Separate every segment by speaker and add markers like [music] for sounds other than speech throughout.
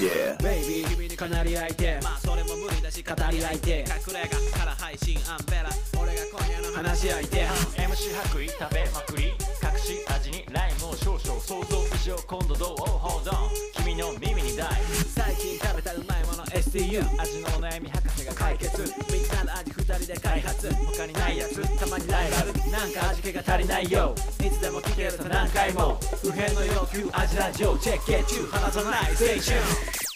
Speaker 1: Yeah
Speaker 2: ベイビー君にかなり相手
Speaker 3: まあそれも無理だし語り合いて隠れ家から配信アンベラ俺が今夜の話
Speaker 2: 話し相手
Speaker 4: MC 白衣食べまくり隠し味にライムを少々想像以上今度どう Hold on 君の耳に大
Speaker 3: 最近食べたうまいもの STU
Speaker 4: 味のお悩み博士が
Speaker 3: 解
Speaker 4: 解決
Speaker 3: 決みんなの味二人で開発他にないやつたまにライバルなんか味気が足りないよいつでも聞けると何回も不変の要求味ラジオチェックゲッチュー離さないステーション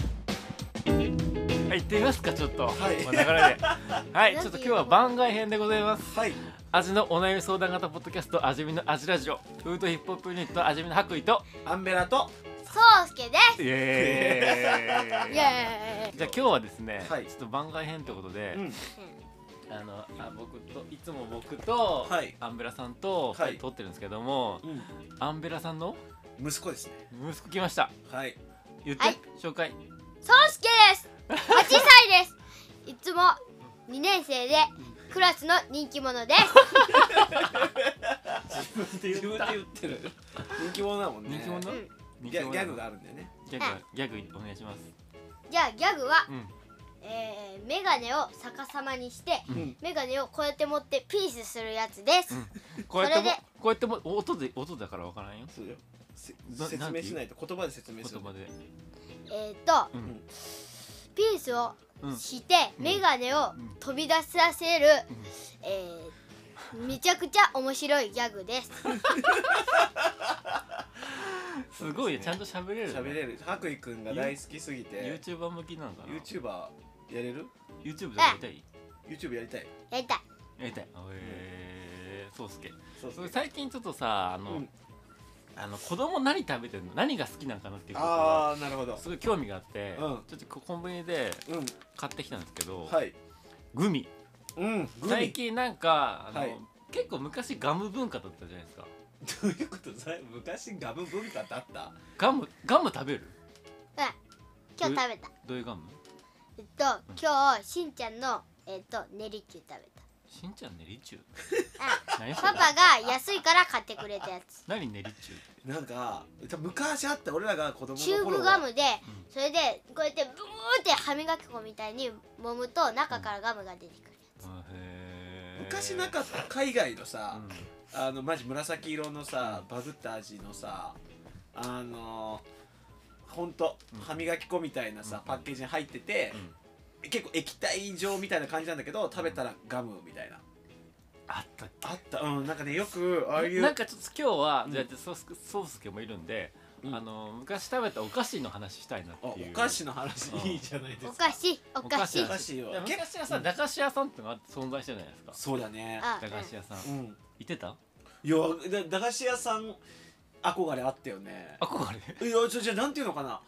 Speaker 5: はい行ってみますかちょっと、
Speaker 1: はい
Speaker 5: まあ流れではいちょっと今日は番外編でございます
Speaker 1: はい
Speaker 5: 味のお悩み相談型ポッドキャスト味見の味ラジオフードヒップホップユニット味見の白衣と
Speaker 1: アンベラと
Speaker 6: そうすけ
Speaker 5: イ
Speaker 6: で
Speaker 5: エ
Speaker 6: す
Speaker 5: ーイ
Speaker 6: イエーイ
Speaker 5: [laughs] じゃあ今日はですね、
Speaker 1: はい
Speaker 5: ちょっと番外編ということで、
Speaker 1: うん
Speaker 5: あのあ僕といつも僕と、
Speaker 1: はい
Speaker 5: アンベラさんと、
Speaker 1: はい
Speaker 5: はい、撮ってるんですけどもアンベラさんの
Speaker 1: 息子ですね
Speaker 5: 息子来ました
Speaker 1: はい
Speaker 5: 言って、
Speaker 6: はい
Speaker 5: 紹介
Speaker 6: そうすけです8歳ですいつも2年生でクラスの人気者です
Speaker 1: 自分で言ってる人気者だもんね
Speaker 5: 人気者
Speaker 6: うん
Speaker 1: ギャギャグ
Speaker 5: が
Speaker 1: があるんだよね
Speaker 5: ギャグギャグお願いします
Speaker 6: じゃあギャグは、
Speaker 5: うん
Speaker 6: えー、メガネを逆さまにして、
Speaker 1: うん
Speaker 6: メガネをこうやって持ってピースするやつです、
Speaker 5: こうやっても
Speaker 6: それで
Speaker 5: こうやっても音で音だからわからんよ
Speaker 1: そうよせ
Speaker 5: な
Speaker 1: 説
Speaker 5: なんて
Speaker 1: 明
Speaker 5: 言う
Speaker 1: しないと言葉で説明
Speaker 5: 言
Speaker 1: する
Speaker 5: 葉で
Speaker 6: えっ、ー、と、
Speaker 5: うん
Speaker 6: ピースを
Speaker 5: うん
Speaker 6: して、
Speaker 5: うん
Speaker 6: メガネを
Speaker 5: ん
Speaker 6: 飛び出させる、
Speaker 5: ん
Speaker 6: えー、めちゃくちゃ面白いギャグです
Speaker 5: すごいねちゃんと喋れるね
Speaker 1: 喋れる白衣くんが大好きすぎて
Speaker 5: YouTuber 向きなのかな
Speaker 1: YouTuber やれる
Speaker 5: YouTube でやりたい
Speaker 1: YouTube やりたい
Speaker 6: やりたい
Speaker 5: やりたいえーそうすけ
Speaker 1: そう
Speaker 5: それ最近ちょっとさあの、
Speaker 1: うん
Speaker 5: あの子供何食べてんの何が好きなのかなっていうことが
Speaker 1: ああなるほど
Speaker 5: すごい興味があって、
Speaker 1: うん
Speaker 5: ちょっとこコンビニで
Speaker 1: うん
Speaker 5: 買ってきたんですけど、
Speaker 1: はい
Speaker 5: グミ
Speaker 1: うんグミ
Speaker 5: 最近なんかあの、
Speaker 1: はい
Speaker 5: 結構昔ガム文化だったじゃないですか
Speaker 1: どういうことさ昔ガム文化だった
Speaker 5: ガムガム食べる
Speaker 6: うん今日食べた
Speaker 5: どういうガム
Speaker 6: えっと今日しんちゃんのえっと練り球食べ
Speaker 5: しんちゃんねりちゅう
Speaker 6: た、
Speaker 5: 何
Speaker 6: うん、 [laughs]
Speaker 5: それ
Speaker 6: パパが安いから買ってくれたやつ
Speaker 5: 何ねり
Speaker 1: [laughs]
Speaker 5: ちゅう
Speaker 1: なんか多分昔あった俺らが子供の頃
Speaker 6: チューブガ
Speaker 1: は
Speaker 6: ムでそれでこうやってブーって歯磨き粉みたいに揉むと中からガムが出てくる
Speaker 5: あへー
Speaker 1: 昔なかった海外のさ
Speaker 5: う、ん
Speaker 1: あのマジ紫色のさバグった味のさあのほんと
Speaker 5: うん
Speaker 1: 歯磨き粉みたいなさ、
Speaker 5: うん
Speaker 1: パッケージに入ってて、結構液体状みたいな感じなんだけど食べたらガムみたいな
Speaker 5: あったっ
Speaker 1: あったうんなんかねよくああい
Speaker 5: け
Speaker 1: う
Speaker 5: なんかちょっと今日は、
Speaker 1: うん
Speaker 5: じゃあソースケソースケもいるんで、
Speaker 1: うん
Speaker 5: あの昔食べたお菓子の話したいな
Speaker 1: あ
Speaker 5: っ
Speaker 1: お
Speaker 5: ていう
Speaker 1: 菓子の話
Speaker 5: うん
Speaker 1: いいじゃないで
Speaker 6: お
Speaker 1: すか
Speaker 6: かしいおかしい
Speaker 1: お菓子よ
Speaker 5: いや昔はさ、
Speaker 1: うん
Speaker 5: 駄菓子屋さんってのが存在してたじゃないですか
Speaker 1: そうだね
Speaker 6: あ
Speaker 5: 駄菓子屋さん
Speaker 1: う
Speaker 5: 行
Speaker 1: ん
Speaker 5: ってた
Speaker 1: いやだ駄菓子屋さん憧れあったよね
Speaker 5: 憧れ
Speaker 1: いやちょじゃあなんていうのかな、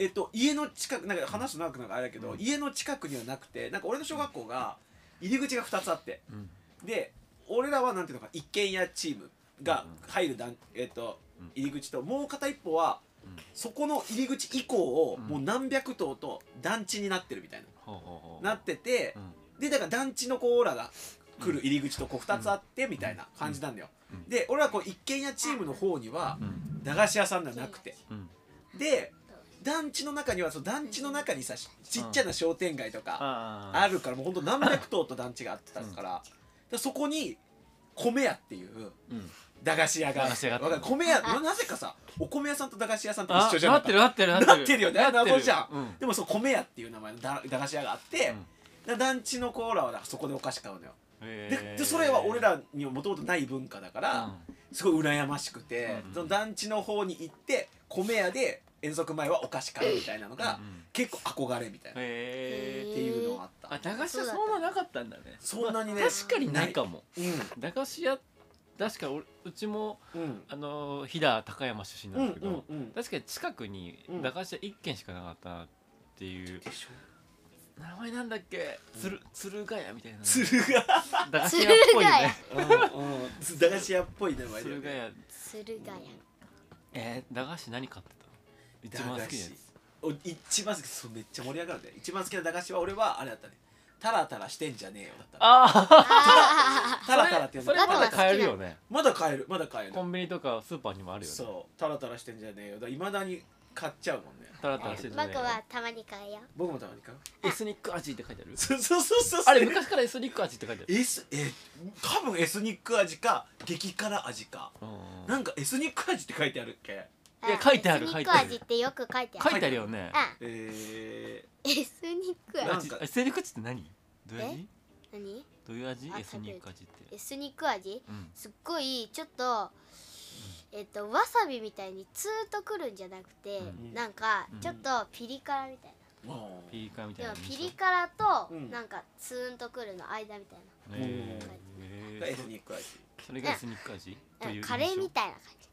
Speaker 1: えっと家の近くなんか話すの長くなんかあれだけど、
Speaker 5: うん
Speaker 1: 家の近くにはなくてなんか俺の小学校が入り口が2つあって
Speaker 5: うん
Speaker 1: で俺らはなんていうのか一軒家チームが
Speaker 5: うん
Speaker 1: 入る段、えっと
Speaker 5: うん
Speaker 1: 入り口ともう片一方は、
Speaker 5: うん
Speaker 1: そこの入り口以降を
Speaker 5: うん
Speaker 1: もう何百頭と団地になってるみたいな、
Speaker 5: ほうほうほう
Speaker 1: なってて
Speaker 5: う、ん
Speaker 1: でだから団地の子らが来る入り口とこう2つあってみたいな感じなんだよ、
Speaker 5: うん
Speaker 1: で俺はこう一軒家チームの方には
Speaker 5: うん
Speaker 1: 駄菓子屋さんがなくて
Speaker 5: うん
Speaker 1: で団地の中にはその団地の中にさちちっちゃな商店街とか
Speaker 5: あ
Speaker 1: あるからもうほんと何百棟と団地があったからでそこに米屋っていう
Speaker 5: うん
Speaker 1: 駄菓子屋が
Speaker 5: 駄菓子屋があった
Speaker 1: わかる米屋ななぜかさお米屋さんと駄菓子屋さんって
Speaker 5: あ
Speaker 1: 一緒じゃな
Speaker 5: なってるなってる
Speaker 1: な
Speaker 5: な
Speaker 1: っ
Speaker 5: ってて
Speaker 1: る
Speaker 5: る
Speaker 1: よね
Speaker 5: なってる
Speaker 1: 謎じゃん
Speaker 5: うん
Speaker 1: でもその米屋っていう名前のだ駄菓子屋があって
Speaker 5: うん、
Speaker 1: で団地の子らはだからそこでお菓子買うのよ
Speaker 5: へ
Speaker 1: で
Speaker 5: ー
Speaker 1: でそれは俺らにはもともとない文化だから、すごい羨ましくて、
Speaker 5: うん
Speaker 1: その団地の方に行って米屋で遠足前はお菓子買うみたいなのが、
Speaker 5: うんうん
Speaker 1: 結構憧れみたいな、っ
Speaker 5: へえ
Speaker 1: ていうのがあった、
Speaker 5: あ駄菓子屋そんななかったんだね
Speaker 1: そんなにね
Speaker 5: まあ確かにないかも
Speaker 1: う
Speaker 5: 駄菓子屋確か俺うちも
Speaker 1: んうん
Speaker 5: あの飛騨高山出身
Speaker 1: う
Speaker 5: なんんですけど、
Speaker 1: うんうん
Speaker 5: 確かに近くに
Speaker 1: うん
Speaker 5: 駄菓子屋1軒しかなかったなっていう、
Speaker 1: でしょ
Speaker 5: 名前なんだっけ鶴鶴ヶ谷みたいな
Speaker 1: 鶴が、
Speaker 5: 駄菓子屋っぽいね
Speaker 1: うんうん、駄菓子屋っぽい名前だよ
Speaker 5: 鶴ヶ
Speaker 1: ね
Speaker 5: 谷
Speaker 6: 駿
Speaker 5: [laughs]
Speaker 6: 河屋
Speaker 5: えー、駄菓子何買ってた一番好きなやつ
Speaker 1: 駄菓子お一番好きそうめっちゃ盛り上がるね一番好きな駄菓子は俺はあれだったねタラタラしてんじゃねえよだったら
Speaker 5: [laughs] あ
Speaker 6: あ
Speaker 1: タラタラって呼ん
Speaker 5: そ
Speaker 1: で
Speaker 5: れ
Speaker 6: だ
Speaker 5: ま
Speaker 6: から
Speaker 5: だ買えるよね
Speaker 1: まだ買えるまだ買える
Speaker 5: コンビニとかスーパーにもあるよね
Speaker 1: そうタラタラしてんじゃねえよだいまだに買っちゃうもんね
Speaker 5: タラタラして
Speaker 6: ー
Speaker 5: る
Speaker 6: 僕はたまに買うよ
Speaker 1: 僕もたまに買う
Speaker 5: エスニック味って書いてある
Speaker 1: そうそうそうそう
Speaker 5: あれ昔からエスニック味って書いてある
Speaker 1: エスえ多分エスニック味か激辛味か
Speaker 5: うん
Speaker 1: なんかエスニック味って書いてあるっけ
Speaker 5: いや
Speaker 6: うん
Speaker 5: 書いてある
Speaker 6: エス
Speaker 5: 書い
Speaker 6: ニッ
Speaker 5: てあ
Speaker 6: ク
Speaker 5: る
Speaker 6: 味ってよく書いてあ
Speaker 5: 書
Speaker 6: る
Speaker 5: いてあるよね
Speaker 6: う
Speaker 1: え
Speaker 6: んエスニック
Speaker 1: な
Speaker 6: 味
Speaker 1: んか
Speaker 5: エスニック味って何どういう味
Speaker 6: 何
Speaker 5: どういう味
Speaker 6: あ
Speaker 5: エスニック味って
Speaker 6: エスニック味
Speaker 5: うん
Speaker 6: すっごいちょっとえっとわさびみたいにツーンとくるんじゃなくて、
Speaker 5: うん
Speaker 6: なんか
Speaker 5: うん
Speaker 6: ちょっとピリ辛みたい
Speaker 1: ー、もう
Speaker 5: ピリ辛みたい
Speaker 6: な、
Speaker 5: な
Speaker 6: でもピリ辛と
Speaker 1: うん
Speaker 6: なんかツーンとくるの間みたいな、
Speaker 5: ねえ
Speaker 1: がエ
Speaker 5: え
Speaker 1: スニック味
Speaker 5: それがエスニック味と
Speaker 6: うん
Speaker 5: いう
Speaker 6: カレーみたいな感じ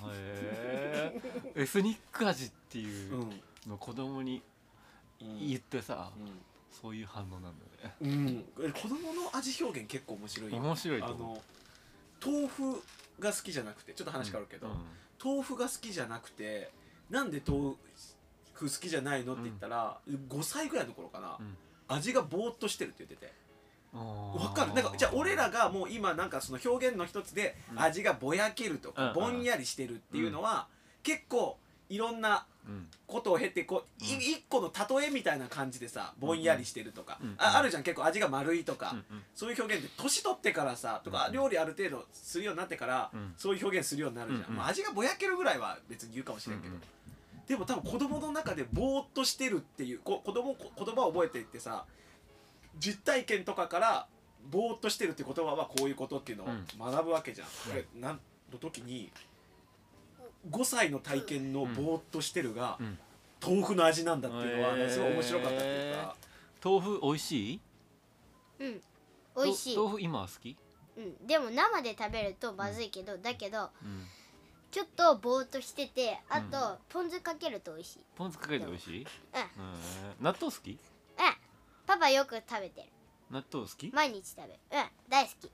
Speaker 5: 印象へえエスニック味っていう
Speaker 1: うん
Speaker 5: の子供に言ってさそういう反応なんだよね
Speaker 1: うん、うん、え子供の味表現結構面白いよ
Speaker 5: 面白いと
Speaker 1: あ
Speaker 5: 思う
Speaker 1: の豆腐が好きじゃなくてちょっと話変わるけど、
Speaker 5: うん
Speaker 1: 豆腐が好きじゃなくてなんで豆腐好きじゃないのって言ったら、5歳ぐらいの頃かな、
Speaker 5: うん
Speaker 1: 味がぼーっとしてるって言ってて
Speaker 5: あー
Speaker 1: わかるなんかじゃあ俺らがもう今なんかその表現の一つで
Speaker 5: うん
Speaker 1: 味がぼやけるとか、
Speaker 5: うん
Speaker 1: ぼんやりしてるっていうのは、結構いろんな
Speaker 5: うん
Speaker 1: ことを経てこう、い
Speaker 5: うん
Speaker 1: 一個の例えみたいな感じでさぼんやりしてるとか、
Speaker 5: うん
Speaker 1: ああるじゃん結構味が丸いとか、
Speaker 5: うんうん
Speaker 1: そういう表現って年取ってからさとか、
Speaker 5: うん
Speaker 1: 料理ある程度するようになってから、
Speaker 5: うん
Speaker 1: そういう表現するようになるじゃん、
Speaker 5: うんうん
Speaker 1: まあ、味がぼやけるぐらいは別に言うかもしれんけど、
Speaker 5: うんうん
Speaker 1: でも多分子供の中でぼーっとしてるっていうこ子供こ言葉を覚えていってさ実体験とかからぼーっとしてるって言葉はこういうことっていうのを
Speaker 5: うん
Speaker 1: 学ぶわけじゃん。これなんの時に5歳の体験のぼーっとしてるが、
Speaker 5: うん
Speaker 1: 豆腐の味なんだっていうのは、ね
Speaker 5: へー
Speaker 1: すごい面白かったっていうか
Speaker 5: 豆腐美味しい
Speaker 6: うん美味しい、
Speaker 5: と
Speaker 6: う
Speaker 5: 豆腐今は好き
Speaker 6: ん、でも生で食べるとまずいけど、だけど
Speaker 5: うん
Speaker 6: ちょっとぼーっとしててあと、ポン酢かけると美味しい
Speaker 5: ポン酢かけて美味しい
Speaker 6: うん
Speaker 5: へー納豆好き
Speaker 6: うんパパよく食べてる
Speaker 5: 納豆好き
Speaker 6: 毎日食べるうん大好き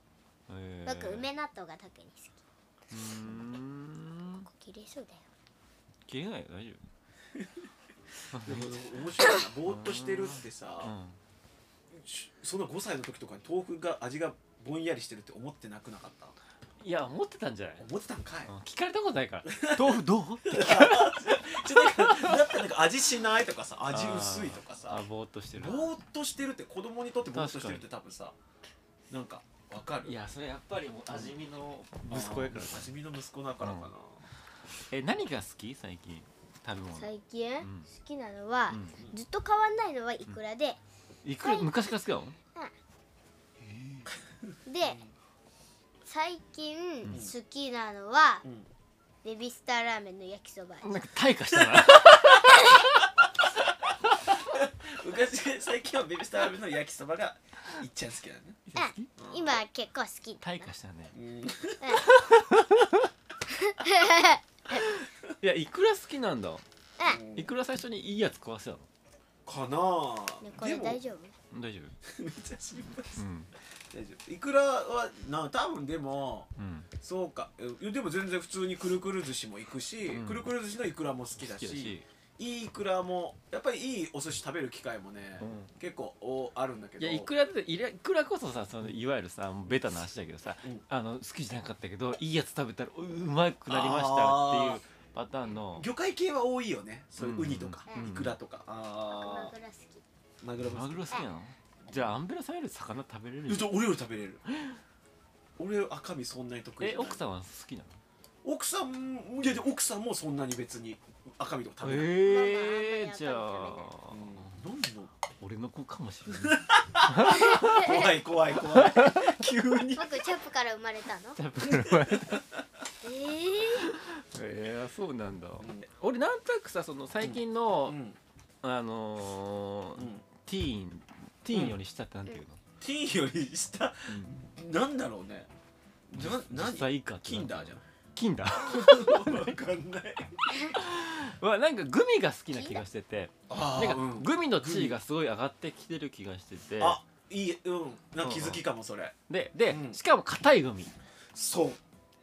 Speaker 5: へー
Speaker 6: 僕梅納豆が特に好き
Speaker 5: うーん
Speaker 6: ここ切れそうだよ
Speaker 5: 切れないよ大丈
Speaker 1: でも面白いなぼーっとしてるってさ、
Speaker 5: 夫うん
Speaker 1: しその5歳の時とかに豆腐が味がぼんやりしてるって思ってなくなかった
Speaker 5: いや思ってたんじゃない
Speaker 1: 思ってたんかい
Speaker 5: うん聞かれたことないから豆腐どう
Speaker 1: ちょっとなんかだってなんか味しないとかさ味薄いとか
Speaker 5: あ
Speaker 1: さ
Speaker 5: ーぼーっとしてる
Speaker 1: ぼーっとしてるって子供にとってぼーっとしてるって多分さなんかわかる
Speaker 5: いやそれやっぱりもう味見の息子やからさ
Speaker 1: 味見の息子だからかな、
Speaker 5: うんえ何が好き最近食べ物
Speaker 6: 最近、
Speaker 5: ん
Speaker 6: 好きなのは、
Speaker 5: うん
Speaker 6: ずっと変わんないのはいくらで、
Speaker 5: いくら昔から好きなの
Speaker 6: で最近好きなのは、
Speaker 1: うん
Speaker 6: ベビースターラーメンの焼きそば味、
Speaker 5: なんか退化したな
Speaker 1: 昔最近はベビースターラーメンの焼きそばがいっちゃん好きだね
Speaker 6: うん今結構好きだな
Speaker 5: 退化したね
Speaker 1: うん
Speaker 5: いやいくら好きなんだ
Speaker 6: うん
Speaker 5: いくら最初にいいやつ壊してた
Speaker 1: かな
Speaker 6: ねこ
Speaker 1: あで
Speaker 6: れ
Speaker 1: も
Speaker 6: 大丈夫
Speaker 5: の大丈夫
Speaker 1: めっちゃ心配す
Speaker 5: う
Speaker 1: る
Speaker 5: ん
Speaker 1: 大丈夫いくらはな多分でも
Speaker 5: うん
Speaker 1: そうかえいやでも全然普通にくるくる寿司も行くし、
Speaker 5: うん
Speaker 1: くるくる寿司のイクラも好きだ
Speaker 5: 好
Speaker 1: し
Speaker 5: きだし
Speaker 1: いいイクラもやっぱりいいお寿司食べる機会もね、
Speaker 5: うん
Speaker 1: 結構おあるんだけ
Speaker 5: い
Speaker 1: ど
Speaker 5: やいくらっていらいくらこそさそのいわゆるさもうベタな話だけどさ、
Speaker 1: うん
Speaker 5: あの好きじゃなかったけどいいやつ食べたらううまくなりましたっていうパターンの
Speaker 1: 魚介系は多いよねそういうウニとか、
Speaker 6: う
Speaker 1: イ
Speaker 6: ん
Speaker 1: クラとか、あ
Speaker 6: マ
Speaker 1: あ
Speaker 6: グ
Speaker 1: マグロ
Speaker 6: ロ好き
Speaker 5: マ
Speaker 1: も好
Speaker 5: グ
Speaker 1: き
Speaker 5: ロ好きなのじゃあアンベラさんより魚食べれる
Speaker 1: うち俺より食べれる俺赤身そんなに得意
Speaker 5: え奥さ
Speaker 1: ん
Speaker 5: んは好きなの
Speaker 1: 奥さんもいやで奥さんもそんなに別に赤身とか食べない、
Speaker 5: ええ
Speaker 6: まあまあ
Speaker 5: じゃあ
Speaker 1: うん、なんでの
Speaker 5: 俺の子かもしれない
Speaker 1: 怖い怖い怖い [laughs] 急に
Speaker 6: 僕チャップから生まれたの
Speaker 1: [laughs]
Speaker 5: じゃあベラさん
Speaker 6: えー、
Speaker 5: えー、そうなんだ、
Speaker 1: ん
Speaker 5: 俺なんとなくさその最近の、
Speaker 1: うん
Speaker 5: あのー
Speaker 1: うん
Speaker 5: ティーンティーンより下ってなんていうの、
Speaker 1: ティーンより下なんだろうねな
Speaker 5: 実際
Speaker 1: 何
Speaker 5: 以下って
Speaker 1: キ
Speaker 5: なん
Speaker 1: ン
Speaker 5: て
Speaker 1: ダ
Speaker 5: いうの
Speaker 1: ーじゃん
Speaker 5: 金 [laughs] だ
Speaker 1: わかんない
Speaker 5: はなんかグミが好きな気がしてて
Speaker 1: あ
Speaker 5: なん
Speaker 1: あ、
Speaker 5: か
Speaker 1: うん、
Speaker 5: グミの地位がすごい上がってきてる気がしてて
Speaker 1: あいいうんなんか気づきかもそれ
Speaker 5: でで、
Speaker 1: うん
Speaker 5: しかも硬いグミ
Speaker 1: そう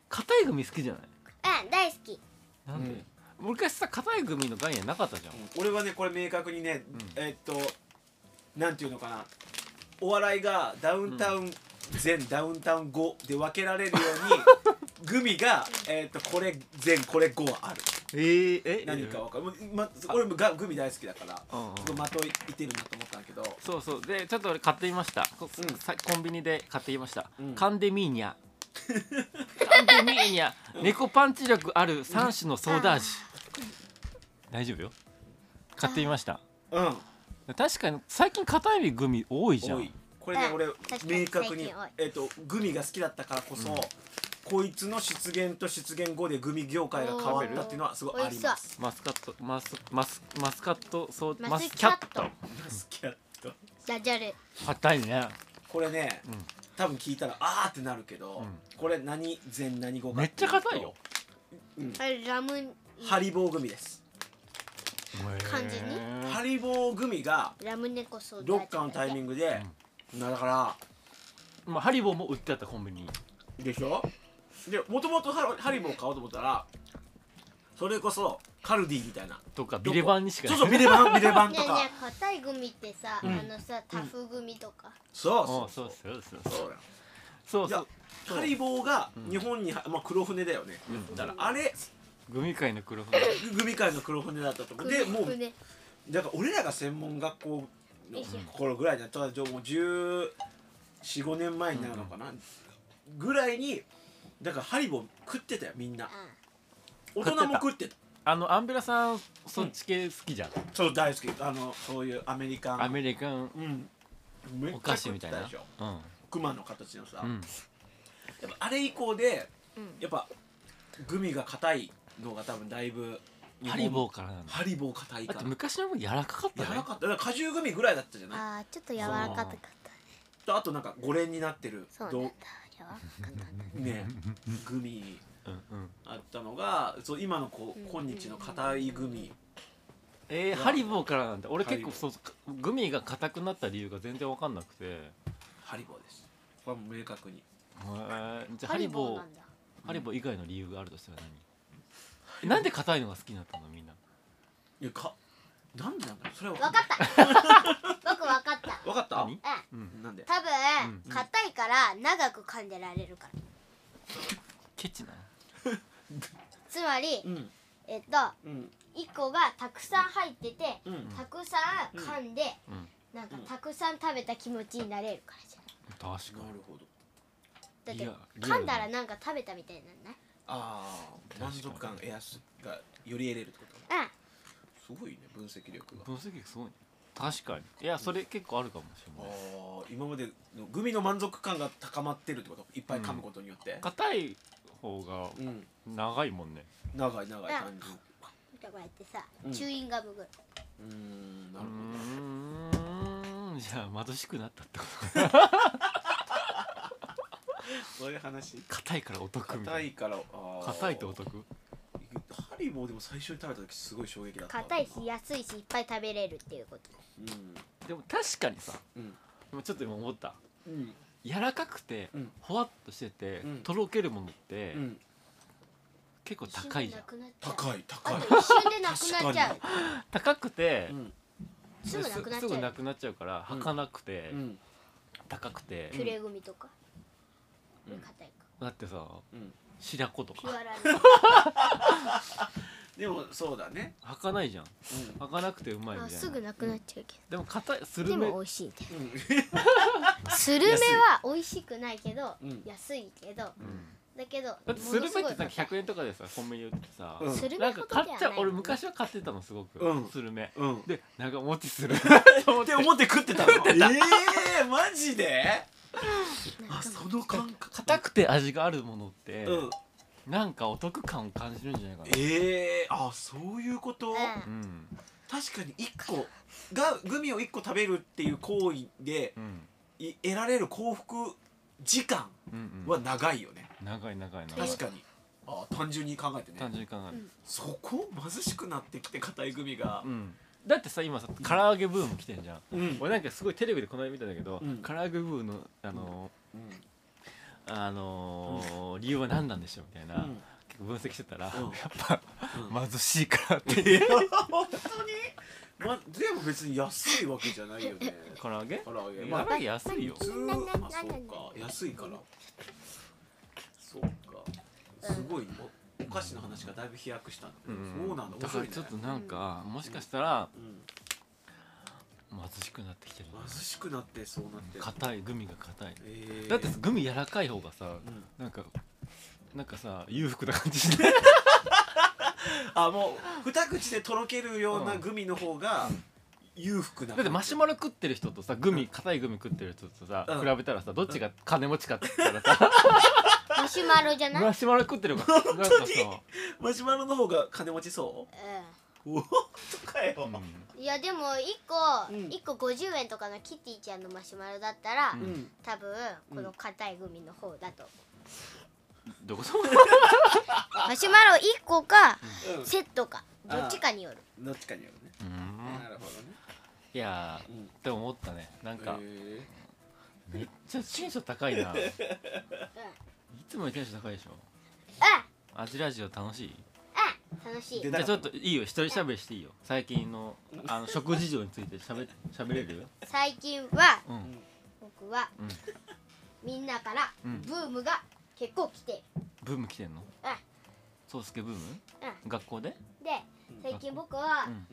Speaker 5: 硬いグミ好きじゃない
Speaker 6: うん大好き
Speaker 5: なんで、昔さ硬いグミの概念なかったじゃん、
Speaker 1: うん俺はねこれ明確にね、
Speaker 5: ん
Speaker 1: えーっとなんていうのかなお笑いがダウンタウン全、ダウンタウン後で分けられるように [laughs] グミが、えー、とこれ全これ5はある
Speaker 5: えー、え
Speaker 1: 何か分かる、もうま、俺もがグミ大好きだから
Speaker 5: うんうん
Speaker 1: ちょっと的いてるなと思ったんだけど
Speaker 5: そうそうでちょっと俺買ってみましたこ,さ、
Speaker 1: うん
Speaker 5: コンビニで買ってきました、
Speaker 1: うん
Speaker 5: カンデミーニャカンデミーニャ猫パンチ力ある3種のソーダ味大丈夫よ買ってみました
Speaker 1: うん
Speaker 5: 確かに最近片指グミ多いじゃ
Speaker 1: 多
Speaker 5: ん
Speaker 1: いこれね
Speaker 6: うん
Speaker 1: 俺
Speaker 6: 確かに
Speaker 1: 明確に
Speaker 6: 最近多い、
Speaker 1: えっとグミが好きだったからこそ、こいつの出現と出現後でグミ業界が変わったっていうのはすごいあります
Speaker 5: マスカットマスマスマスカットソー
Speaker 6: マ
Speaker 5: マ
Speaker 6: ス
Speaker 5: ス
Speaker 6: キ
Speaker 5: キ
Speaker 6: ャ
Speaker 5: ャ
Speaker 6: ッ
Speaker 5: ッ
Speaker 6: ト
Speaker 5: ト
Speaker 1: 好きやった
Speaker 6: ダジャレ
Speaker 5: 硬いね
Speaker 1: これね、
Speaker 5: ん
Speaker 1: 多分聞いたらあーってなるけど、
Speaker 5: うん
Speaker 1: これ何全何語か
Speaker 5: めっちゃ硬いよ
Speaker 6: あれラムに
Speaker 1: ハリボーグミです、
Speaker 6: 感じに
Speaker 1: ハリボーグミが
Speaker 6: ラムネこそ
Speaker 1: どっかのタイミングで、なだから
Speaker 5: まあ、ハリボーも売ってあったコンビニに
Speaker 1: でしょでもともとハロハリボー買おうと思ったらそれこそカルディみたいな
Speaker 5: とかビレバンにしか
Speaker 1: そう
Speaker 5: ない
Speaker 1: そうビレバンビレバン
Speaker 6: ね
Speaker 1: と
Speaker 6: えね
Speaker 1: か
Speaker 6: え硬いグミってさ、
Speaker 5: ん
Speaker 6: あのさタフグミとか、
Speaker 1: そう
Speaker 5: そ
Speaker 1: そう
Speaker 5: う
Speaker 1: そ
Speaker 5: そううそうそう
Speaker 1: そうだよ
Speaker 5: そ
Speaker 1: いや
Speaker 5: うそう
Speaker 1: ハリボーが日本には、まあ、黒船だよね、だからあれ
Speaker 5: グミ界の黒船
Speaker 1: グミ界の黒船だったと思う
Speaker 6: グ
Speaker 1: で
Speaker 6: ミ
Speaker 1: もう
Speaker 6: ね
Speaker 1: だから俺らが専門学校の頃ぐらいになったらじゃあもう1415年前になるのかな、ぐらいにだからハリボー食ってたよみんな大人も食ってた
Speaker 5: あのアンベラさんそっち系好きじゃん、
Speaker 1: そう大好きあのそういうアメリカン
Speaker 5: アメリカン
Speaker 1: うんめっ
Speaker 5: お
Speaker 1: ちゃ
Speaker 5: 菓子
Speaker 1: 食っ
Speaker 5: み
Speaker 1: て
Speaker 5: たいな
Speaker 1: たでしょ熊の形のさ、
Speaker 5: うん、うん、
Speaker 1: やっぱあれ以降で、
Speaker 6: うん
Speaker 1: やっぱグミが硬いのが多分だいぶ
Speaker 5: ハリボ
Speaker 1: ー
Speaker 5: ーからなんだ
Speaker 1: ハリボー硬い
Speaker 5: だ
Speaker 1: か
Speaker 5: って
Speaker 1: ら
Speaker 5: 昔のも柔らかかった
Speaker 1: 柔
Speaker 5: ね
Speaker 1: らかっただから果汁グミぐらいだったじゃ
Speaker 6: うん、
Speaker 1: ない
Speaker 6: ああちょっと柔らかかった
Speaker 1: とあとなんか五連になってる
Speaker 6: そう
Speaker 1: ど
Speaker 6: なん
Speaker 1: う
Speaker 6: だ柔らかかっ
Speaker 1: ねグミ
Speaker 5: うんうん、
Speaker 1: あったのがそう今のこう
Speaker 6: うん
Speaker 1: 今日の硬いグミ
Speaker 5: えー、ハリボーからなんだ俺結構
Speaker 1: ハリ
Speaker 5: そうグミが硬くなった理由が全然わかんなくて、へ
Speaker 1: ハリボーですこれはもう明確に
Speaker 5: ーじ
Speaker 6: た
Speaker 5: ゃあハリボーハ
Speaker 6: な
Speaker 5: リ
Speaker 6: んだ
Speaker 5: ボー以外の理由があるとしたら何なんで硬いのが好きになったのみんない
Speaker 1: やかなんでなんだろうそれは
Speaker 6: わかった
Speaker 1: [laughs]
Speaker 6: 僕わかった
Speaker 1: わかった
Speaker 5: 何
Speaker 6: うん
Speaker 5: うん
Speaker 1: なんで
Speaker 6: 多分
Speaker 5: うん
Speaker 6: 硬、いから長く噛んでられるから
Speaker 5: ケチなの
Speaker 6: つまり、
Speaker 1: うん
Speaker 6: えっと
Speaker 1: うん
Speaker 6: 1個がたくさん入ってて、
Speaker 1: うん
Speaker 6: たくさん噛んで、
Speaker 5: うん
Speaker 6: なんかたくさん食べた気持ちになれるからじ
Speaker 5: 確かに
Speaker 1: なるほど
Speaker 6: ゃん
Speaker 5: い
Speaker 6: だ
Speaker 5: や
Speaker 6: って
Speaker 5: リア
Speaker 6: 噛
Speaker 5: ル
Speaker 6: ん
Speaker 5: だ
Speaker 6: だらなんか食べたみたいになんない
Speaker 1: ああ満足感エアスがより得れるってこと
Speaker 6: うん
Speaker 1: すごいね分析力が
Speaker 5: 分析すごいね確かにいやそれ結構あるかもしれ
Speaker 1: あ
Speaker 5: ない
Speaker 1: あ今までのグミの満足感が高まってるってこといっぱい噛むことによって
Speaker 5: 硬い方が
Speaker 1: うん
Speaker 5: 長いもんね
Speaker 1: 長い長い感じ
Speaker 6: 見たこうやってさ、
Speaker 1: うん
Speaker 6: チューインガムぐらいう
Speaker 1: ーん
Speaker 5: う
Speaker 1: なるほ
Speaker 5: ーんじゃあ貧しくなったってこと
Speaker 1: どそういう話
Speaker 5: 硬いからお得みた
Speaker 1: 硬
Speaker 5: い
Speaker 1: いから
Speaker 5: な
Speaker 1: 硬
Speaker 5: 硬いとお得
Speaker 1: ハリボーでも最初に食べた時すごい衝撃だった
Speaker 6: 硬いし安いしいっぱい食べれるっていうこと
Speaker 1: うん
Speaker 5: でも確かにさ
Speaker 1: うん
Speaker 5: 今ちょっと今思った
Speaker 1: うん
Speaker 5: 柔らかくて
Speaker 1: うん
Speaker 5: ほわっとしてて、
Speaker 1: うん
Speaker 5: とろけるものって、
Speaker 1: うん
Speaker 5: 結構高いじゃん
Speaker 1: 高い
Speaker 6: あ
Speaker 1: 高い
Speaker 6: と一瞬でなくなっちゃう
Speaker 5: 高くて、
Speaker 1: ん
Speaker 6: すぐなくなっち
Speaker 5: すぐ
Speaker 6: ゃ
Speaker 5: な
Speaker 6: う
Speaker 5: くなっちゃうから
Speaker 1: うん
Speaker 5: 儚くて、
Speaker 1: うん
Speaker 5: 高くて、
Speaker 6: ピュレグミとか、
Speaker 1: うん
Speaker 6: これ硬いか
Speaker 5: だってさ
Speaker 1: うん
Speaker 5: 白子と
Speaker 6: ピ
Speaker 5: か
Speaker 6: ュアライ
Speaker 1: でもそうだね
Speaker 5: 儚いじゃん
Speaker 1: うん
Speaker 5: 儚くてうまい
Speaker 6: あ
Speaker 5: みた
Speaker 6: す
Speaker 5: いな
Speaker 6: ぐなくなっちゃうけ
Speaker 5: でも硬いス
Speaker 6: どで
Speaker 5: ルメ
Speaker 6: も美味しいみたい
Speaker 1: うん
Speaker 6: なスルメは美味しくないけど、
Speaker 1: うん
Speaker 6: 安いけど
Speaker 5: うん
Speaker 6: だけど
Speaker 5: だってスルメってなんか
Speaker 6: ものすごい硬
Speaker 5: 100
Speaker 6: い
Speaker 5: 円とかでさコンビニ売っててさ、
Speaker 1: うん
Speaker 6: スル
Speaker 5: な
Speaker 6: メ
Speaker 5: ん
Speaker 6: ほ
Speaker 5: か
Speaker 6: ど
Speaker 5: 買
Speaker 6: で
Speaker 5: っ
Speaker 6: は
Speaker 5: ち
Speaker 6: な
Speaker 5: ゃ
Speaker 6: い
Speaker 5: 俺昔は買ってたのすごく、
Speaker 1: うん
Speaker 5: スルメ
Speaker 1: うん
Speaker 5: でなんか持ちすると思っ
Speaker 1: って
Speaker 5: て
Speaker 1: 思って食ってたのええマジであその感覚
Speaker 5: [laughs] 硬くて味があるものって、
Speaker 1: うん
Speaker 5: なんかお得感を感じるんじゃないかな
Speaker 1: ええあそういうこと
Speaker 6: う
Speaker 5: うんん
Speaker 1: 確かに1個がグミを1個食べるっていう行為で
Speaker 5: うん
Speaker 1: い得られる幸福時間
Speaker 5: うんう
Speaker 1: は
Speaker 5: ん
Speaker 1: 長いよね
Speaker 5: 長い長い長い
Speaker 1: 確かにあ単純に考えてね
Speaker 5: 単純に考える
Speaker 1: そこ貧しくなってきて硬いグミが
Speaker 5: うんだってさ今さ唐揚げブーム来てんじゃん
Speaker 1: うんうん
Speaker 5: 俺なんかすごいテレビでこの間見たんだけど、
Speaker 1: うん
Speaker 5: 唐揚げブームのあのーあのー理由は何なんでしょうみたいな、
Speaker 1: うん
Speaker 5: 結構分析してたら、
Speaker 1: うん
Speaker 5: やっぱ、
Speaker 1: う [laughs]
Speaker 5: 貧しいからって
Speaker 1: えー本当にま、でも別に安いわけじゃないよ
Speaker 5: [laughs]
Speaker 1: ね
Speaker 5: 唐揚げ
Speaker 1: 唐揚げま
Speaker 5: ま
Speaker 1: あ
Speaker 5: あ安いよ
Speaker 1: 普通あそうか安いからそうかすごいおお菓子の話がだいぶ飛躍したんだけど、そうなんだ面
Speaker 5: だか
Speaker 1: 白い
Speaker 5: ら
Speaker 1: ね
Speaker 5: ちょっとなんかもしかしたら
Speaker 1: うん、
Speaker 5: 貧しくなってきてる
Speaker 1: 貧しくなってそうなって
Speaker 5: 硬いグミが硬い
Speaker 1: えー
Speaker 5: だってグミ柔らかい方がさ
Speaker 1: うん
Speaker 5: なんかなんかさ裕福な感じ [laughs] しない
Speaker 1: あもう二口でとろけるようなグミの方が裕福な
Speaker 5: だってマシュマロ食ってる人とさグミ硬いグミ食ってる人とさ
Speaker 1: うん
Speaker 5: 比べたらさどっちが金持ちかって言ったら [laughs] さ
Speaker 6: マシュマロじゃない、うん
Speaker 5: マシュマロ食ってる方がなんかさ
Speaker 1: マシュマロの方が金持ちそうおっとかよ、
Speaker 6: いやでも1個、
Speaker 1: うん
Speaker 6: 一個50円とかのキティちゃんのマシュマロだったら、
Speaker 5: うん
Speaker 1: うん
Speaker 6: 多分この硬いグミの方だと思
Speaker 5: どこそう
Speaker 6: う、マシュマロ1個か
Speaker 1: う
Speaker 6: セットかどっちかによる
Speaker 1: んどっちかによるね、なるほどね
Speaker 5: いやー
Speaker 1: うん
Speaker 5: って思ったねなんか
Speaker 1: え
Speaker 5: めっちゃテンション高いないつもよりテンション高いでしょ
Speaker 6: う
Speaker 5: アジラジオ楽しい
Speaker 6: んうん楽しい
Speaker 1: で
Speaker 5: じゃあちょっといいよ一人喋りしていいよ最近のあの食事情について喋喋れる
Speaker 6: 最近は
Speaker 5: うん
Speaker 6: 僕は、
Speaker 5: うん
Speaker 6: みんなから
Speaker 5: うん
Speaker 6: ブームが結構来てる、
Speaker 5: ブーム来てんの
Speaker 6: うん
Speaker 5: そうすけブーム
Speaker 6: う
Speaker 5: 学校で
Speaker 6: で最近僕は、
Speaker 5: うん
Speaker 1: うん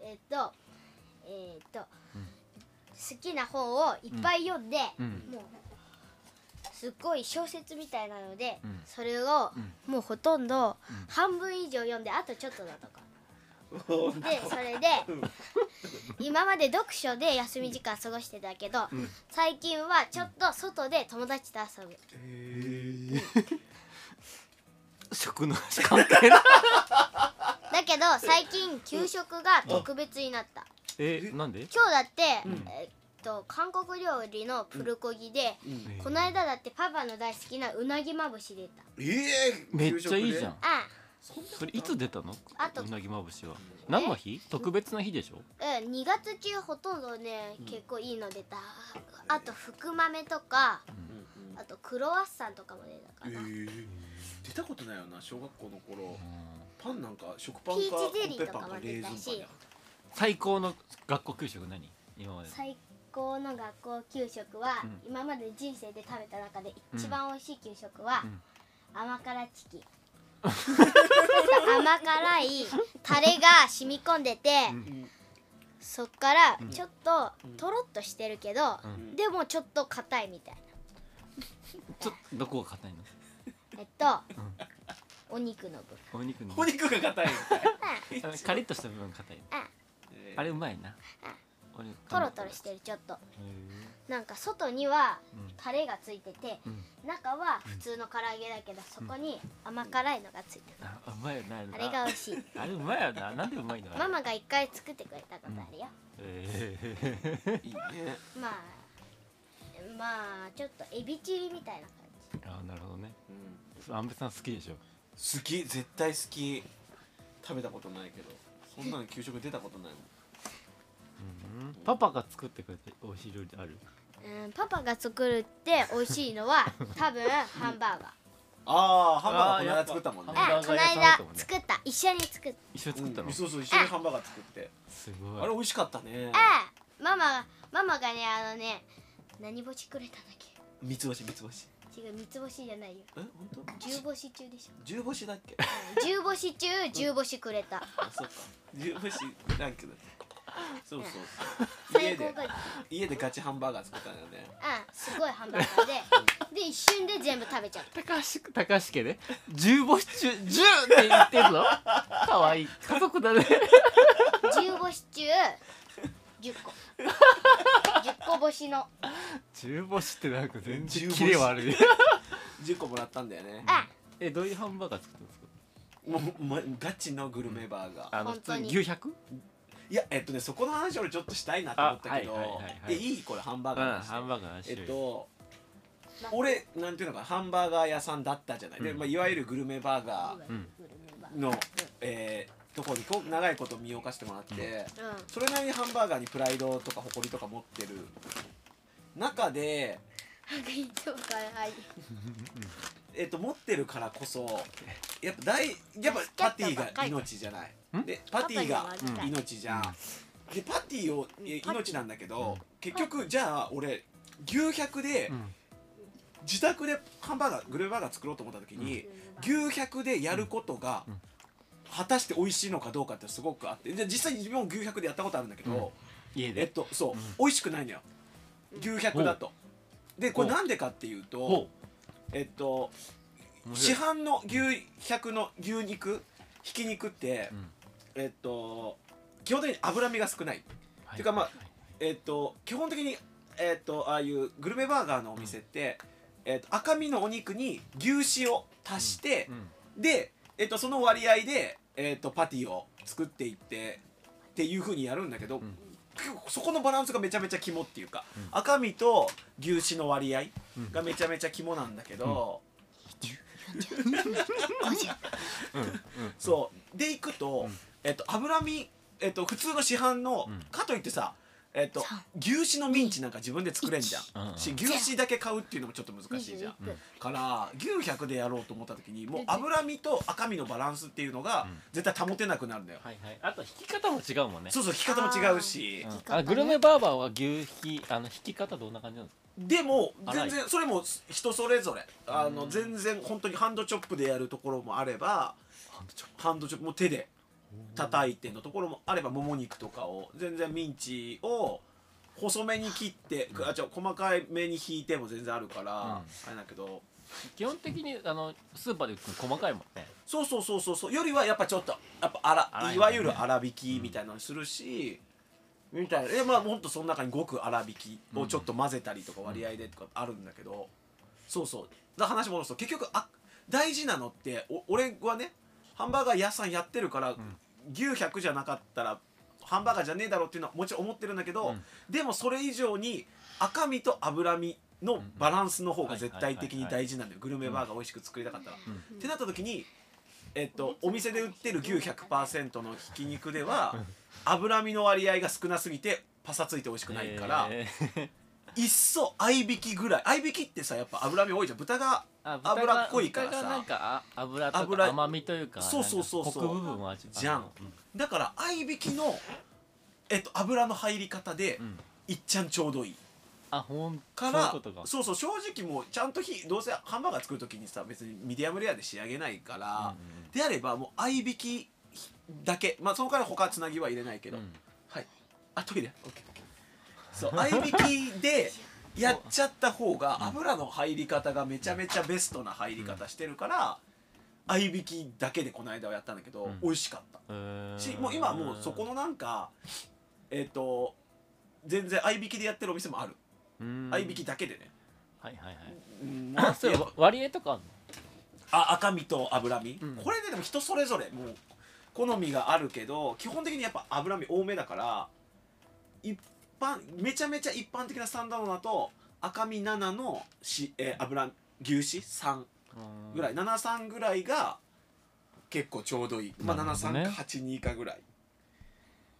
Speaker 6: えっとえっと、好きな本をいっぱい読んで、
Speaker 5: うん
Speaker 6: もうすっごい小説みたいなので、
Speaker 5: うん
Speaker 6: それを
Speaker 5: うん
Speaker 6: もうほとんど半分以上読んであとちょっとだとか。でそれで今まで読書で休み時間過ごしてたけど、最近はちょっと外で友達と遊ぶ
Speaker 5: 食の話関係ない
Speaker 6: だけど最近給食が特別になった
Speaker 5: [laughs] えなんで
Speaker 6: 今日だって、えっと韓国料理のプルコギで、
Speaker 1: うん
Speaker 6: この間だってパパの大好きなうなぎまぶし出た
Speaker 1: ええ
Speaker 5: めっちゃいいじゃん
Speaker 6: あ
Speaker 5: それいつ出たの
Speaker 6: あと
Speaker 5: うなぎまぶしは何の日特別な日でしょ
Speaker 6: うん2月中ほとんどね結構いいの出たあと福豆とかあとクロワッサンとかも出たか
Speaker 1: え
Speaker 6: な、
Speaker 1: ー出たことないよな小学校の頃
Speaker 5: うん
Speaker 1: パンなんか食パン
Speaker 6: ピ
Speaker 1: か
Speaker 6: ーチゼリー
Speaker 1: コッペパン
Speaker 6: と
Speaker 1: か
Speaker 6: か
Speaker 1: レ
Speaker 6: も
Speaker 1: ー
Speaker 6: 出
Speaker 1: ズ
Speaker 6: た
Speaker 1: ン
Speaker 6: し
Speaker 1: パンや
Speaker 5: 最高の学校給食何今まで
Speaker 6: 最高の学校給食は、
Speaker 5: うん
Speaker 6: 今まで人生で食べた中で一番美味しい給食は、
Speaker 5: うん
Speaker 6: 甘辛チキン甘辛いタレが染み込んでて、
Speaker 1: ん
Speaker 6: そっからちょっととろっとしてるけど、
Speaker 5: ん
Speaker 6: でもちょっと硬いみたいな
Speaker 5: ちょっとどこが硬いの
Speaker 6: えっと、お肉の部分
Speaker 5: お肉の
Speaker 1: お肉が [laughs] 硬い
Speaker 5: カリッとした部分が硬い
Speaker 1: みた
Speaker 5: あ
Speaker 1: い
Speaker 5: れうまいな俺
Speaker 6: とろとろしてるちょっと
Speaker 5: へ
Speaker 6: なんか外には
Speaker 5: うん
Speaker 6: タレがついてて、
Speaker 5: うん
Speaker 6: 中は普通の唐揚げだけどそこに甘辛いのがついて
Speaker 5: ー
Speaker 6: る、
Speaker 5: あうまいよなあれ
Speaker 6: あれが美味しい
Speaker 5: あれうまいよななんでうまいのあれ
Speaker 6: ママが一回作ってくれたことあるよ、
Speaker 5: [laughs] えー
Speaker 1: いいね
Speaker 6: まあまあちょっとエビチリみたいな感じ
Speaker 5: あーなるほどね
Speaker 1: うん
Speaker 5: アンベさん好きでしょ
Speaker 1: 好き絶対好き食べたことないけどそんなの給食出たことないもん
Speaker 5: パパが作ってくれてお昼ある
Speaker 6: うんパパが作るって美味しい
Speaker 5: [laughs]
Speaker 6: のは多分ハンバーガ
Speaker 1: ああハンバーガーこの
Speaker 5: あーや
Speaker 1: 間
Speaker 5: っぱ
Speaker 1: 作ったもんね
Speaker 5: ハン
Speaker 6: ー
Speaker 5: バ
Speaker 6: あ
Speaker 5: ー
Speaker 6: こ
Speaker 5: ガー
Speaker 6: の
Speaker 5: 屋さんだ
Speaker 6: 間
Speaker 5: と思うね
Speaker 6: 作った一緒に作った
Speaker 5: 一緒に作ったの、
Speaker 1: うん
Speaker 5: す
Speaker 1: そうそう一緒にハンバーガー作って
Speaker 5: ごい
Speaker 1: あれ美味しかったね
Speaker 6: あママがママがねあのね何星くれたんだっ
Speaker 1: 三つ星三つ星
Speaker 6: け違う三つ星じゃないよ
Speaker 1: え本当
Speaker 6: 十星中でしょ
Speaker 1: 十星だっけ
Speaker 6: うん十星中十星くれた
Speaker 1: あ [laughs] そうか十星ランクだそうそうそう家
Speaker 6: 最高
Speaker 1: で
Speaker 6: がうん
Speaker 1: 家でガチハンバーガー作ったんだよね
Speaker 6: すごいハンバーガーでで一瞬で全部食べちゃった
Speaker 5: 高橋高橋家で十星中十って言ってる [laughs] の可愛い家族だね
Speaker 6: 十星中十個十個星の
Speaker 5: 十星ってなんか全
Speaker 1: 十
Speaker 5: 然
Speaker 1: 星
Speaker 5: キレ悪い
Speaker 1: 十個もらったんだよね
Speaker 6: あ
Speaker 5: [laughs] えどういうハンバーガー作ったんですか
Speaker 1: もうもうガチのグルメバーガー
Speaker 5: あの普
Speaker 6: 本当
Speaker 5: 通
Speaker 6: に
Speaker 5: に牛百
Speaker 1: いやえっとねそこの話俺ちょっとしたいなと思ったけど
Speaker 5: あはいはいはいはい
Speaker 1: えいいこれハンバ
Speaker 5: う
Speaker 1: ー
Speaker 5: ん
Speaker 1: ガーの話
Speaker 5: ハンバーガーの
Speaker 1: え
Speaker 5: 種類
Speaker 1: っと俺なんていうのかなハンバーガー屋さんだったじゃない、でまあ、いわゆるグルメバーガ
Speaker 5: ん
Speaker 1: ーの、えーところにこう長いこと身を置かせてもらって、
Speaker 6: うん
Speaker 1: それなりにハンバーガーにプライドとか誇りとか持ってる中で、
Speaker 6: なんかいつもかわいい
Speaker 1: えっと持ってるからこそやっぱ大やっぱパティが命じゃない
Speaker 5: ん
Speaker 1: でパティが
Speaker 6: パティが
Speaker 1: 命じゃん、でパティをえ命なんだけど、結局じゃあ俺牛百で、
Speaker 5: うん
Speaker 1: 自宅でハンバーガーグルメバーガー作ろうと思った時に、牛百でやることが、
Speaker 5: ん
Speaker 1: 果たして美味しいのかどうかってすごくあってで実際に自分も牛百でやったことあるんだけど、
Speaker 5: 家
Speaker 1: えっ
Speaker 5: で
Speaker 1: とそう、美味しくないのよ牛百だと。でこれ
Speaker 5: ほう
Speaker 1: なんでかっていうと
Speaker 5: ほ
Speaker 1: えっと
Speaker 5: 面白
Speaker 1: 市
Speaker 5: い
Speaker 1: 販の牛百の牛肉ひき肉って、
Speaker 5: ん
Speaker 1: えっと基本的に脂身が少ない。
Speaker 5: は
Speaker 1: ていうかまあえっと基本的に、えっとああいうグルメバーガーのお店って、えっと赤身のお肉に牛脂を足して、
Speaker 5: うん
Speaker 1: で、えっとその割合で、えっとパティを作っていってっていうふうにやるんだけど、
Speaker 5: ん
Speaker 1: 結構そこのバランスがめちゃめちゃ肝っていうか、赤身と牛脂の割合がめちゃめちゃ肝なんだけど、そうでいくと、えっと脂身、えっと普通の市販の、
Speaker 5: ん
Speaker 1: かといってさえっと、牛脂のミンチなんか自分で作れんじゃ
Speaker 5: うん
Speaker 1: ん、し牛脂だけ買うっていうのもちょっと難しいじゃん、
Speaker 6: 21分
Speaker 1: から牛100でやろうと思った時にもう脂身と赤身のバランスっていうのが絶対保てなくなるんだよ、
Speaker 5: はいはいあと引き方も違うもんね
Speaker 1: そうそう引き方も違うし
Speaker 5: うん
Speaker 6: き方ね
Speaker 5: あグルメバーバーは牛引きあの引き方どんな感じなんですか
Speaker 1: でも
Speaker 5: 粗
Speaker 1: 全
Speaker 5: い
Speaker 1: 然それも人それぞれあの全然本当にハンドチョップでやるところもあればハンドチョップもう手で叩いてのところもあればもも肉とかを全然ミンチを細めに切って、あ違う細かいめに引いても全然あるから、あれだけど
Speaker 5: 基本的にあのスーパーで売ってるの細かいもんね
Speaker 1: そうそうそうそうそうよりはやっぱちょっとやっぱあら、
Speaker 5: 粗いね
Speaker 1: いわゆる粗引きみたいなのにするし、みたいなでまあほんとその中にごく粗引きをちょっと混ぜたりとか割合でとかあるんだけど、そうそうだから話戻すと結局あ大事なのってお俺はねハンバーガー屋さんやってるから、牛100じゃなかったらハンバーガーじゃねえだろうっていうのはもちろん思ってるんだけど、
Speaker 5: うん
Speaker 1: でもそれ以上に赤身と脂身のバランスの方が絶対的に大事なんだよグルメバーガー美味しく作りたかったら。ってなった時に、えっと、お店で売ってる牛100%のひき肉では脂身の割合が少なすぎてパサついて美味しくないから、
Speaker 5: えー
Speaker 1: いっそ合いびきぐらい合いびきってさやっぱ脂身多いじゃん豚が
Speaker 5: あ豚が
Speaker 1: 脂っこいから
Speaker 5: 豚がなん
Speaker 1: さ
Speaker 5: かあ脂とか
Speaker 1: 脂
Speaker 5: 甘みというか
Speaker 1: そうそうそうそう
Speaker 5: なんかコク部分は味
Speaker 1: じゃんだから合いびきの、えっと、油の入り方で、
Speaker 5: ん
Speaker 1: いっちゃんちょうどいい。
Speaker 5: あほん
Speaker 1: から
Speaker 5: そういうことか
Speaker 1: そうそう正直もうちゃんと火どうせハンバーガー作る時にさ別にミディアムレアで仕上げないから、であればもう合いびきだけまあそのから他つなぎは入れないけど、
Speaker 5: うん
Speaker 1: はいあトイレ OK そう合いびきでやっちゃった方が油の入り方がめちゃめちゃベストな入り方してるから、合いびきだけでこの間はやったんだけど、
Speaker 5: ん
Speaker 1: 美味しかった
Speaker 5: うーん
Speaker 1: しもう今はもうそこのなんかえっ、と全然合いびきでやってるお店もある
Speaker 5: うーん
Speaker 1: 合いびきだけでね
Speaker 5: はいはいはい
Speaker 1: うん
Speaker 5: あそれわ割合とかあんの
Speaker 1: あ赤身と脂身、
Speaker 5: ん
Speaker 1: これねでも人それぞれもう好みがあるけど基本的にやっぱ脂身多めだから一般めちゃめちゃ一般的なスタンダードだと赤身7のし、えー脂牛脂3ぐらい、73ぐらいが結構ちょうどいい、まあ、
Speaker 5: なるほどね
Speaker 1: 73か82かぐらい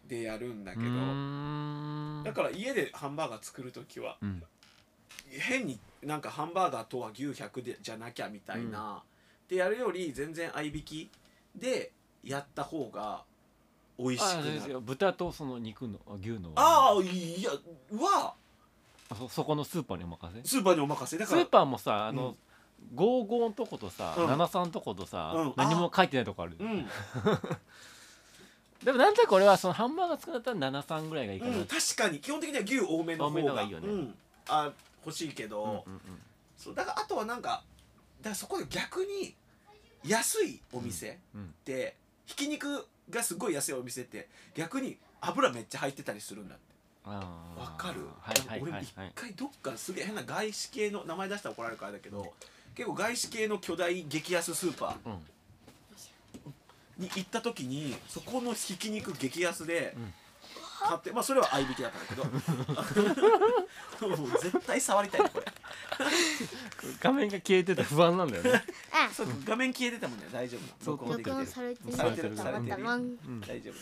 Speaker 1: でやるんだけ
Speaker 5: う
Speaker 1: ど、
Speaker 5: ーん
Speaker 1: だから家でハンバーガー作る時は
Speaker 5: うん
Speaker 1: 変になんかハンバーガーとは牛100でじゃなきゃみたいな、でやるより全然合いびきでやった方が美味しく
Speaker 5: あ
Speaker 1: な
Speaker 5: そう
Speaker 1: る
Speaker 5: そう豚とその肉のあ牛の
Speaker 1: ああいやは
Speaker 5: そそこのスーパーにお任せ
Speaker 1: スーパーにお任せだ
Speaker 5: ス
Speaker 1: から
Speaker 5: ーパーもさあ
Speaker 1: う
Speaker 5: の、55のとことさ、
Speaker 1: うん
Speaker 5: 73のとことさ、
Speaker 1: うん
Speaker 5: 何も書いてないとこある、
Speaker 1: うん、
Speaker 5: でもなんとなく俺はそのハンバーガー作るんだったら73ぐらいがいいか
Speaker 1: う
Speaker 5: な、
Speaker 1: ん、確かに基本的には牛多めの
Speaker 5: 多め
Speaker 1: 方
Speaker 5: の
Speaker 1: が
Speaker 5: がいいよね
Speaker 1: うん、あ欲しいけど、
Speaker 5: うんうん
Speaker 1: そうだからあとはなんかだからそこで逆に安いお店って、ひき肉がすごい安いお店って逆に油めっちゃ入ってたりするんだって
Speaker 5: あー
Speaker 1: わかる、
Speaker 5: はいはい
Speaker 1: 俺も
Speaker 5: はい
Speaker 1: 一
Speaker 5: はい
Speaker 1: 回どっかすげえ変な外資系の名前出したら怒られるからだけど結構外資系の巨大激安スーパー
Speaker 5: うん
Speaker 1: に行った時にそこのひき肉激安で買って、まあそれは合いびきだったんだけどもう絶対触りたいねこれ
Speaker 5: 画面が消えてた不安なんだよね
Speaker 6: あ
Speaker 1: そう画面消えてたもんね大丈夫
Speaker 5: そう
Speaker 1: 録音でき
Speaker 6: 録
Speaker 1: てる
Speaker 6: 音されてる
Speaker 1: されてる
Speaker 6: たまたまん
Speaker 5: うん
Speaker 1: 大丈夫ね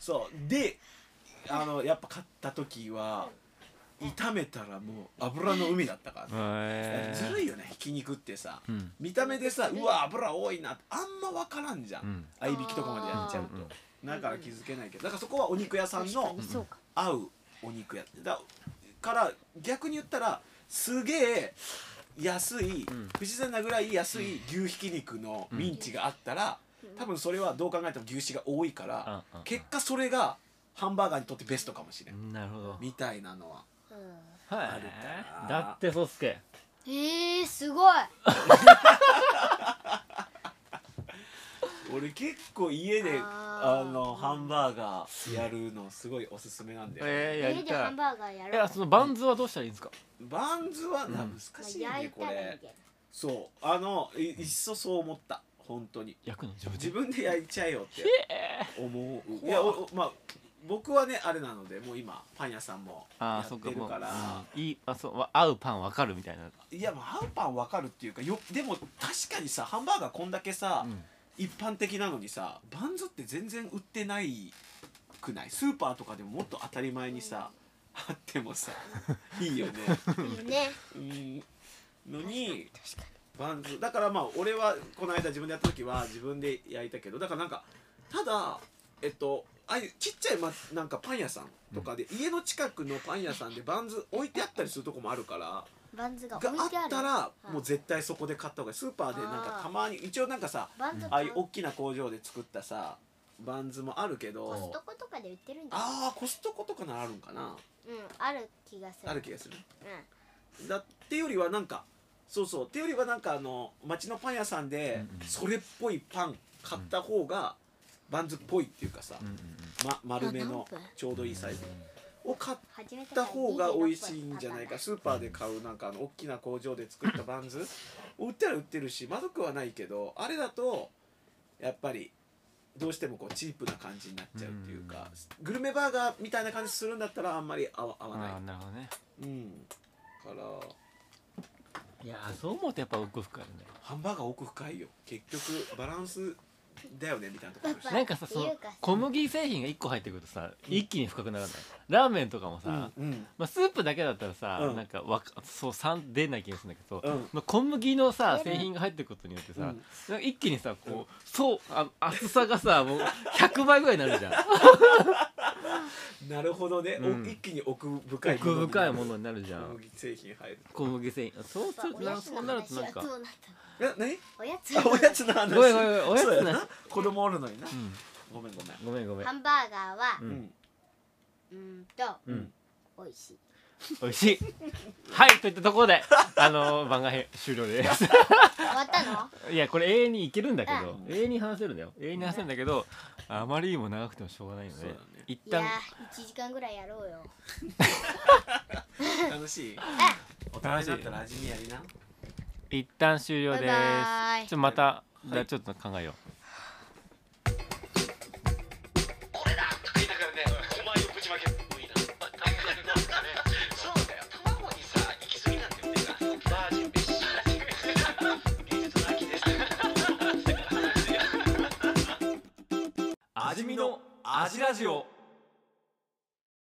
Speaker 1: そうであのやっぱ買った時は炒めたらもう油の海だったからね
Speaker 5: [laughs] へ
Speaker 1: ずるいよねひき肉ってさ、
Speaker 5: ん
Speaker 1: 見た目でさうわ油多いなあんま分からんじゃん、
Speaker 5: ん
Speaker 1: 合いびきとかまでやっちゃうと、
Speaker 5: うん
Speaker 1: だから気づけないけどだからそこはお肉屋さん
Speaker 6: 確
Speaker 1: の
Speaker 6: かにそうか
Speaker 1: 合うお肉やってだから逆に言ったらすげえ安い、不自然なぐらい安い牛ひき肉のミンチがあったら、多分それはどう考えても牛脂が多いから、
Speaker 5: うんうん
Speaker 1: 結果それがハンバーガーにとってベストかもしれん、
Speaker 5: なるほど
Speaker 1: みたいなのは
Speaker 6: うん
Speaker 5: は
Speaker 1: あるかない
Speaker 5: だってそうすけ
Speaker 6: えー、すごい
Speaker 1: 俺結構家であ
Speaker 6: あー
Speaker 1: のハンバーガーやるのすごいおすすめなんだよ、
Speaker 5: えー、や
Speaker 6: 家
Speaker 5: り
Speaker 6: でハ
Speaker 5: たい
Speaker 6: ンバーガーや
Speaker 5: い
Speaker 6: ろう
Speaker 5: やそのバンズはどうしたらいいんですか
Speaker 1: バンズはな
Speaker 5: うん
Speaker 1: 難しいね
Speaker 6: まあ、焼い
Speaker 1: こ
Speaker 6: たらい
Speaker 1: れ
Speaker 6: いけど
Speaker 1: そうあのいいっそそう思った本当に
Speaker 5: 焼くの自分で
Speaker 1: 自分で焼いちゃえよって思ういやおおまあ僕はねあれなのでもう今パン屋さんも
Speaker 5: あ
Speaker 1: や
Speaker 5: あそ
Speaker 1: っ
Speaker 5: ってか
Speaker 1: る
Speaker 5: もう、
Speaker 1: から
Speaker 5: うんいいあそうわ合うパンわかるみたいない
Speaker 1: やまあハンパンわかるっていうかよでも確かにさハンバーガーこんだけさ、
Speaker 5: うん
Speaker 1: 一般的なのにさバンズって全然売ってないくないスーパーとかでももっと当たり前にさ、あってもさいいよね
Speaker 6: いいよね
Speaker 1: うんのに
Speaker 6: 確か
Speaker 1: バンズだからまあ俺はこの間自分でやった時は自分で焼いたけどだからなんかただえっとああいうちっちゃい、ま、なんかパン屋さんとかで、家の近くのパン屋さんでバンズ置いてあったりするとこもあるから
Speaker 6: にバンズが置
Speaker 1: があ
Speaker 6: いてあ
Speaker 1: っ
Speaker 6: る
Speaker 1: たら
Speaker 6: い
Speaker 1: もう絶対そこで買った方がいいスーパーでなんかたまに一応なんかさ
Speaker 6: バンズ
Speaker 1: ああ
Speaker 6: 買
Speaker 1: いうう大きな工場で作ったさバンズもあるけ
Speaker 6: コス
Speaker 1: ど
Speaker 6: トコとかで売ってるんじゃない
Speaker 1: ああコストコとかならあるんかな
Speaker 6: うんある気がする
Speaker 1: ある気がする
Speaker 6: うん
Speaker 1: だってよりはなんかそうそうってよりはなんかあの町のパン屋さんでそれっぽいパン買った方がバンズっぽいっていうかさ、ま、丸めの
Speaker 6: あ何分
Speaker 1: ちょうどいいサイズを買っ
Speaker 6: 始めて
Speaker 1: た方が美味しいんじゃないかスーパーで買うなんかあの大きな工場で作ったバンズ売ったら売ってるしまずくはないけどあれだとやっぱりどうしてもこうチープな感じになっちゃうっていうかグルメバーガーみたいな感じするんだったらあんまり合わ合わない
Speaker 5: ああなるほどね
Speaker 1: うんから
Speaker 5: いやーそう思うとやっぱ奥深いんだよ
Speaker 1: ハンバーガー奥深いよ結局バランスだよねみたいなとこあるし
Speaker 6: やっぱ
Speaker 5: なんかさそ
Speaker 6: ってい
Speaker 5: の
Speaker 6: うかさ
Speaker 5: 小麦製品が1個入ってくるとさ一気に深くならないラーメンとかもさ、
Speaker 1: うんうん
Speaker 5: まあ、スープだけだったらさ、
Speaker 1: うん
Speaker 5: なんかわかそう3出ない気がするんだけど、
Speaker 1: うん
Speaker 5: まあ、小麦のさ
Speaker 6: それ
Speaker 5: 製
Speaker 6: も
Speaker 5: 品が入ってることによってさ、
Speaker 1: うん
Speaker 5: なんか一気にさこうそうあ厚さがさもう100倍ぐらいになるじゃ
Speaker 1: [laughs]
Speaker 5: ん
Speaker 1: なるほどね、お
Speaker 5: うん
Speaker 1: 一気に奥深い
Speaker 5: 奥深いも
Speaker 1: に
Speaker 5: のになるじゃ
Speaker 1: なる小
Speaker 5: ん
Speaker 1: 麦製品入る
Speaker 5: 小麦製品そうすると
Speaker 6: おや
Speaker 5: な
Speaker 6: つ
Speaker 5: そ
Speaker 6: の
Speaker 5: うなると
Speaker 6: 話
Speaker 5: なん
Speaker 6: はど
Speaker 5: か
Speaker 6: うなったの
Speaker 1: な何
Speaker 5: [laughs]
Speaker 6: おやつ
Speaker 1: あおやつの話
Speaker 5: ごめんごめんごめんおやつ
Speaker 1: そう
Speaker 5: な
Speaker 1: やな子供おるのにな、
Speaker 5: うん
Speaker 1: ごめんごめん
Speaker 5: ごめんごめん
Speaker 6: ハンバーガーは
Speaker 5: う
Speaker 1: うんん
Speaker 6: うーんと
Speaker 5: うん
Speaker 6: 美味しい
Speaker 5: 美味しいはいといったところであのー番外編終了で
Speaker 1: [laughs]
Speaker 5: す
Speaker 6: 終わった
Speaker 5: [laughs]
Speaker 6: の
Speaker 5: いやこれ永遠にいけるんだけど
Speaker 1: うん
Speaker 5: 永遠に話せるんだよ永遠に話せるんだけどあまりにも長くてもしょうがないので、
Speaker 1: そうだね
Speaker 5: 一
Speaker 6: いや
Speaker 5: 旦
Speaker 6: ー1時間ぐらいやろうよ
Speaker 1: 楽しいお互いだったら味見やりな
Speaker 5: 一旦終了です。
Speaker 6: バイバ
Speaker 5: ちょ
Speaker 6: イ
Speaker 5: っとまた、じゃあちょっと考えよう。 [laughs] [laughs]
Speaker 3: 味見の味ラジオ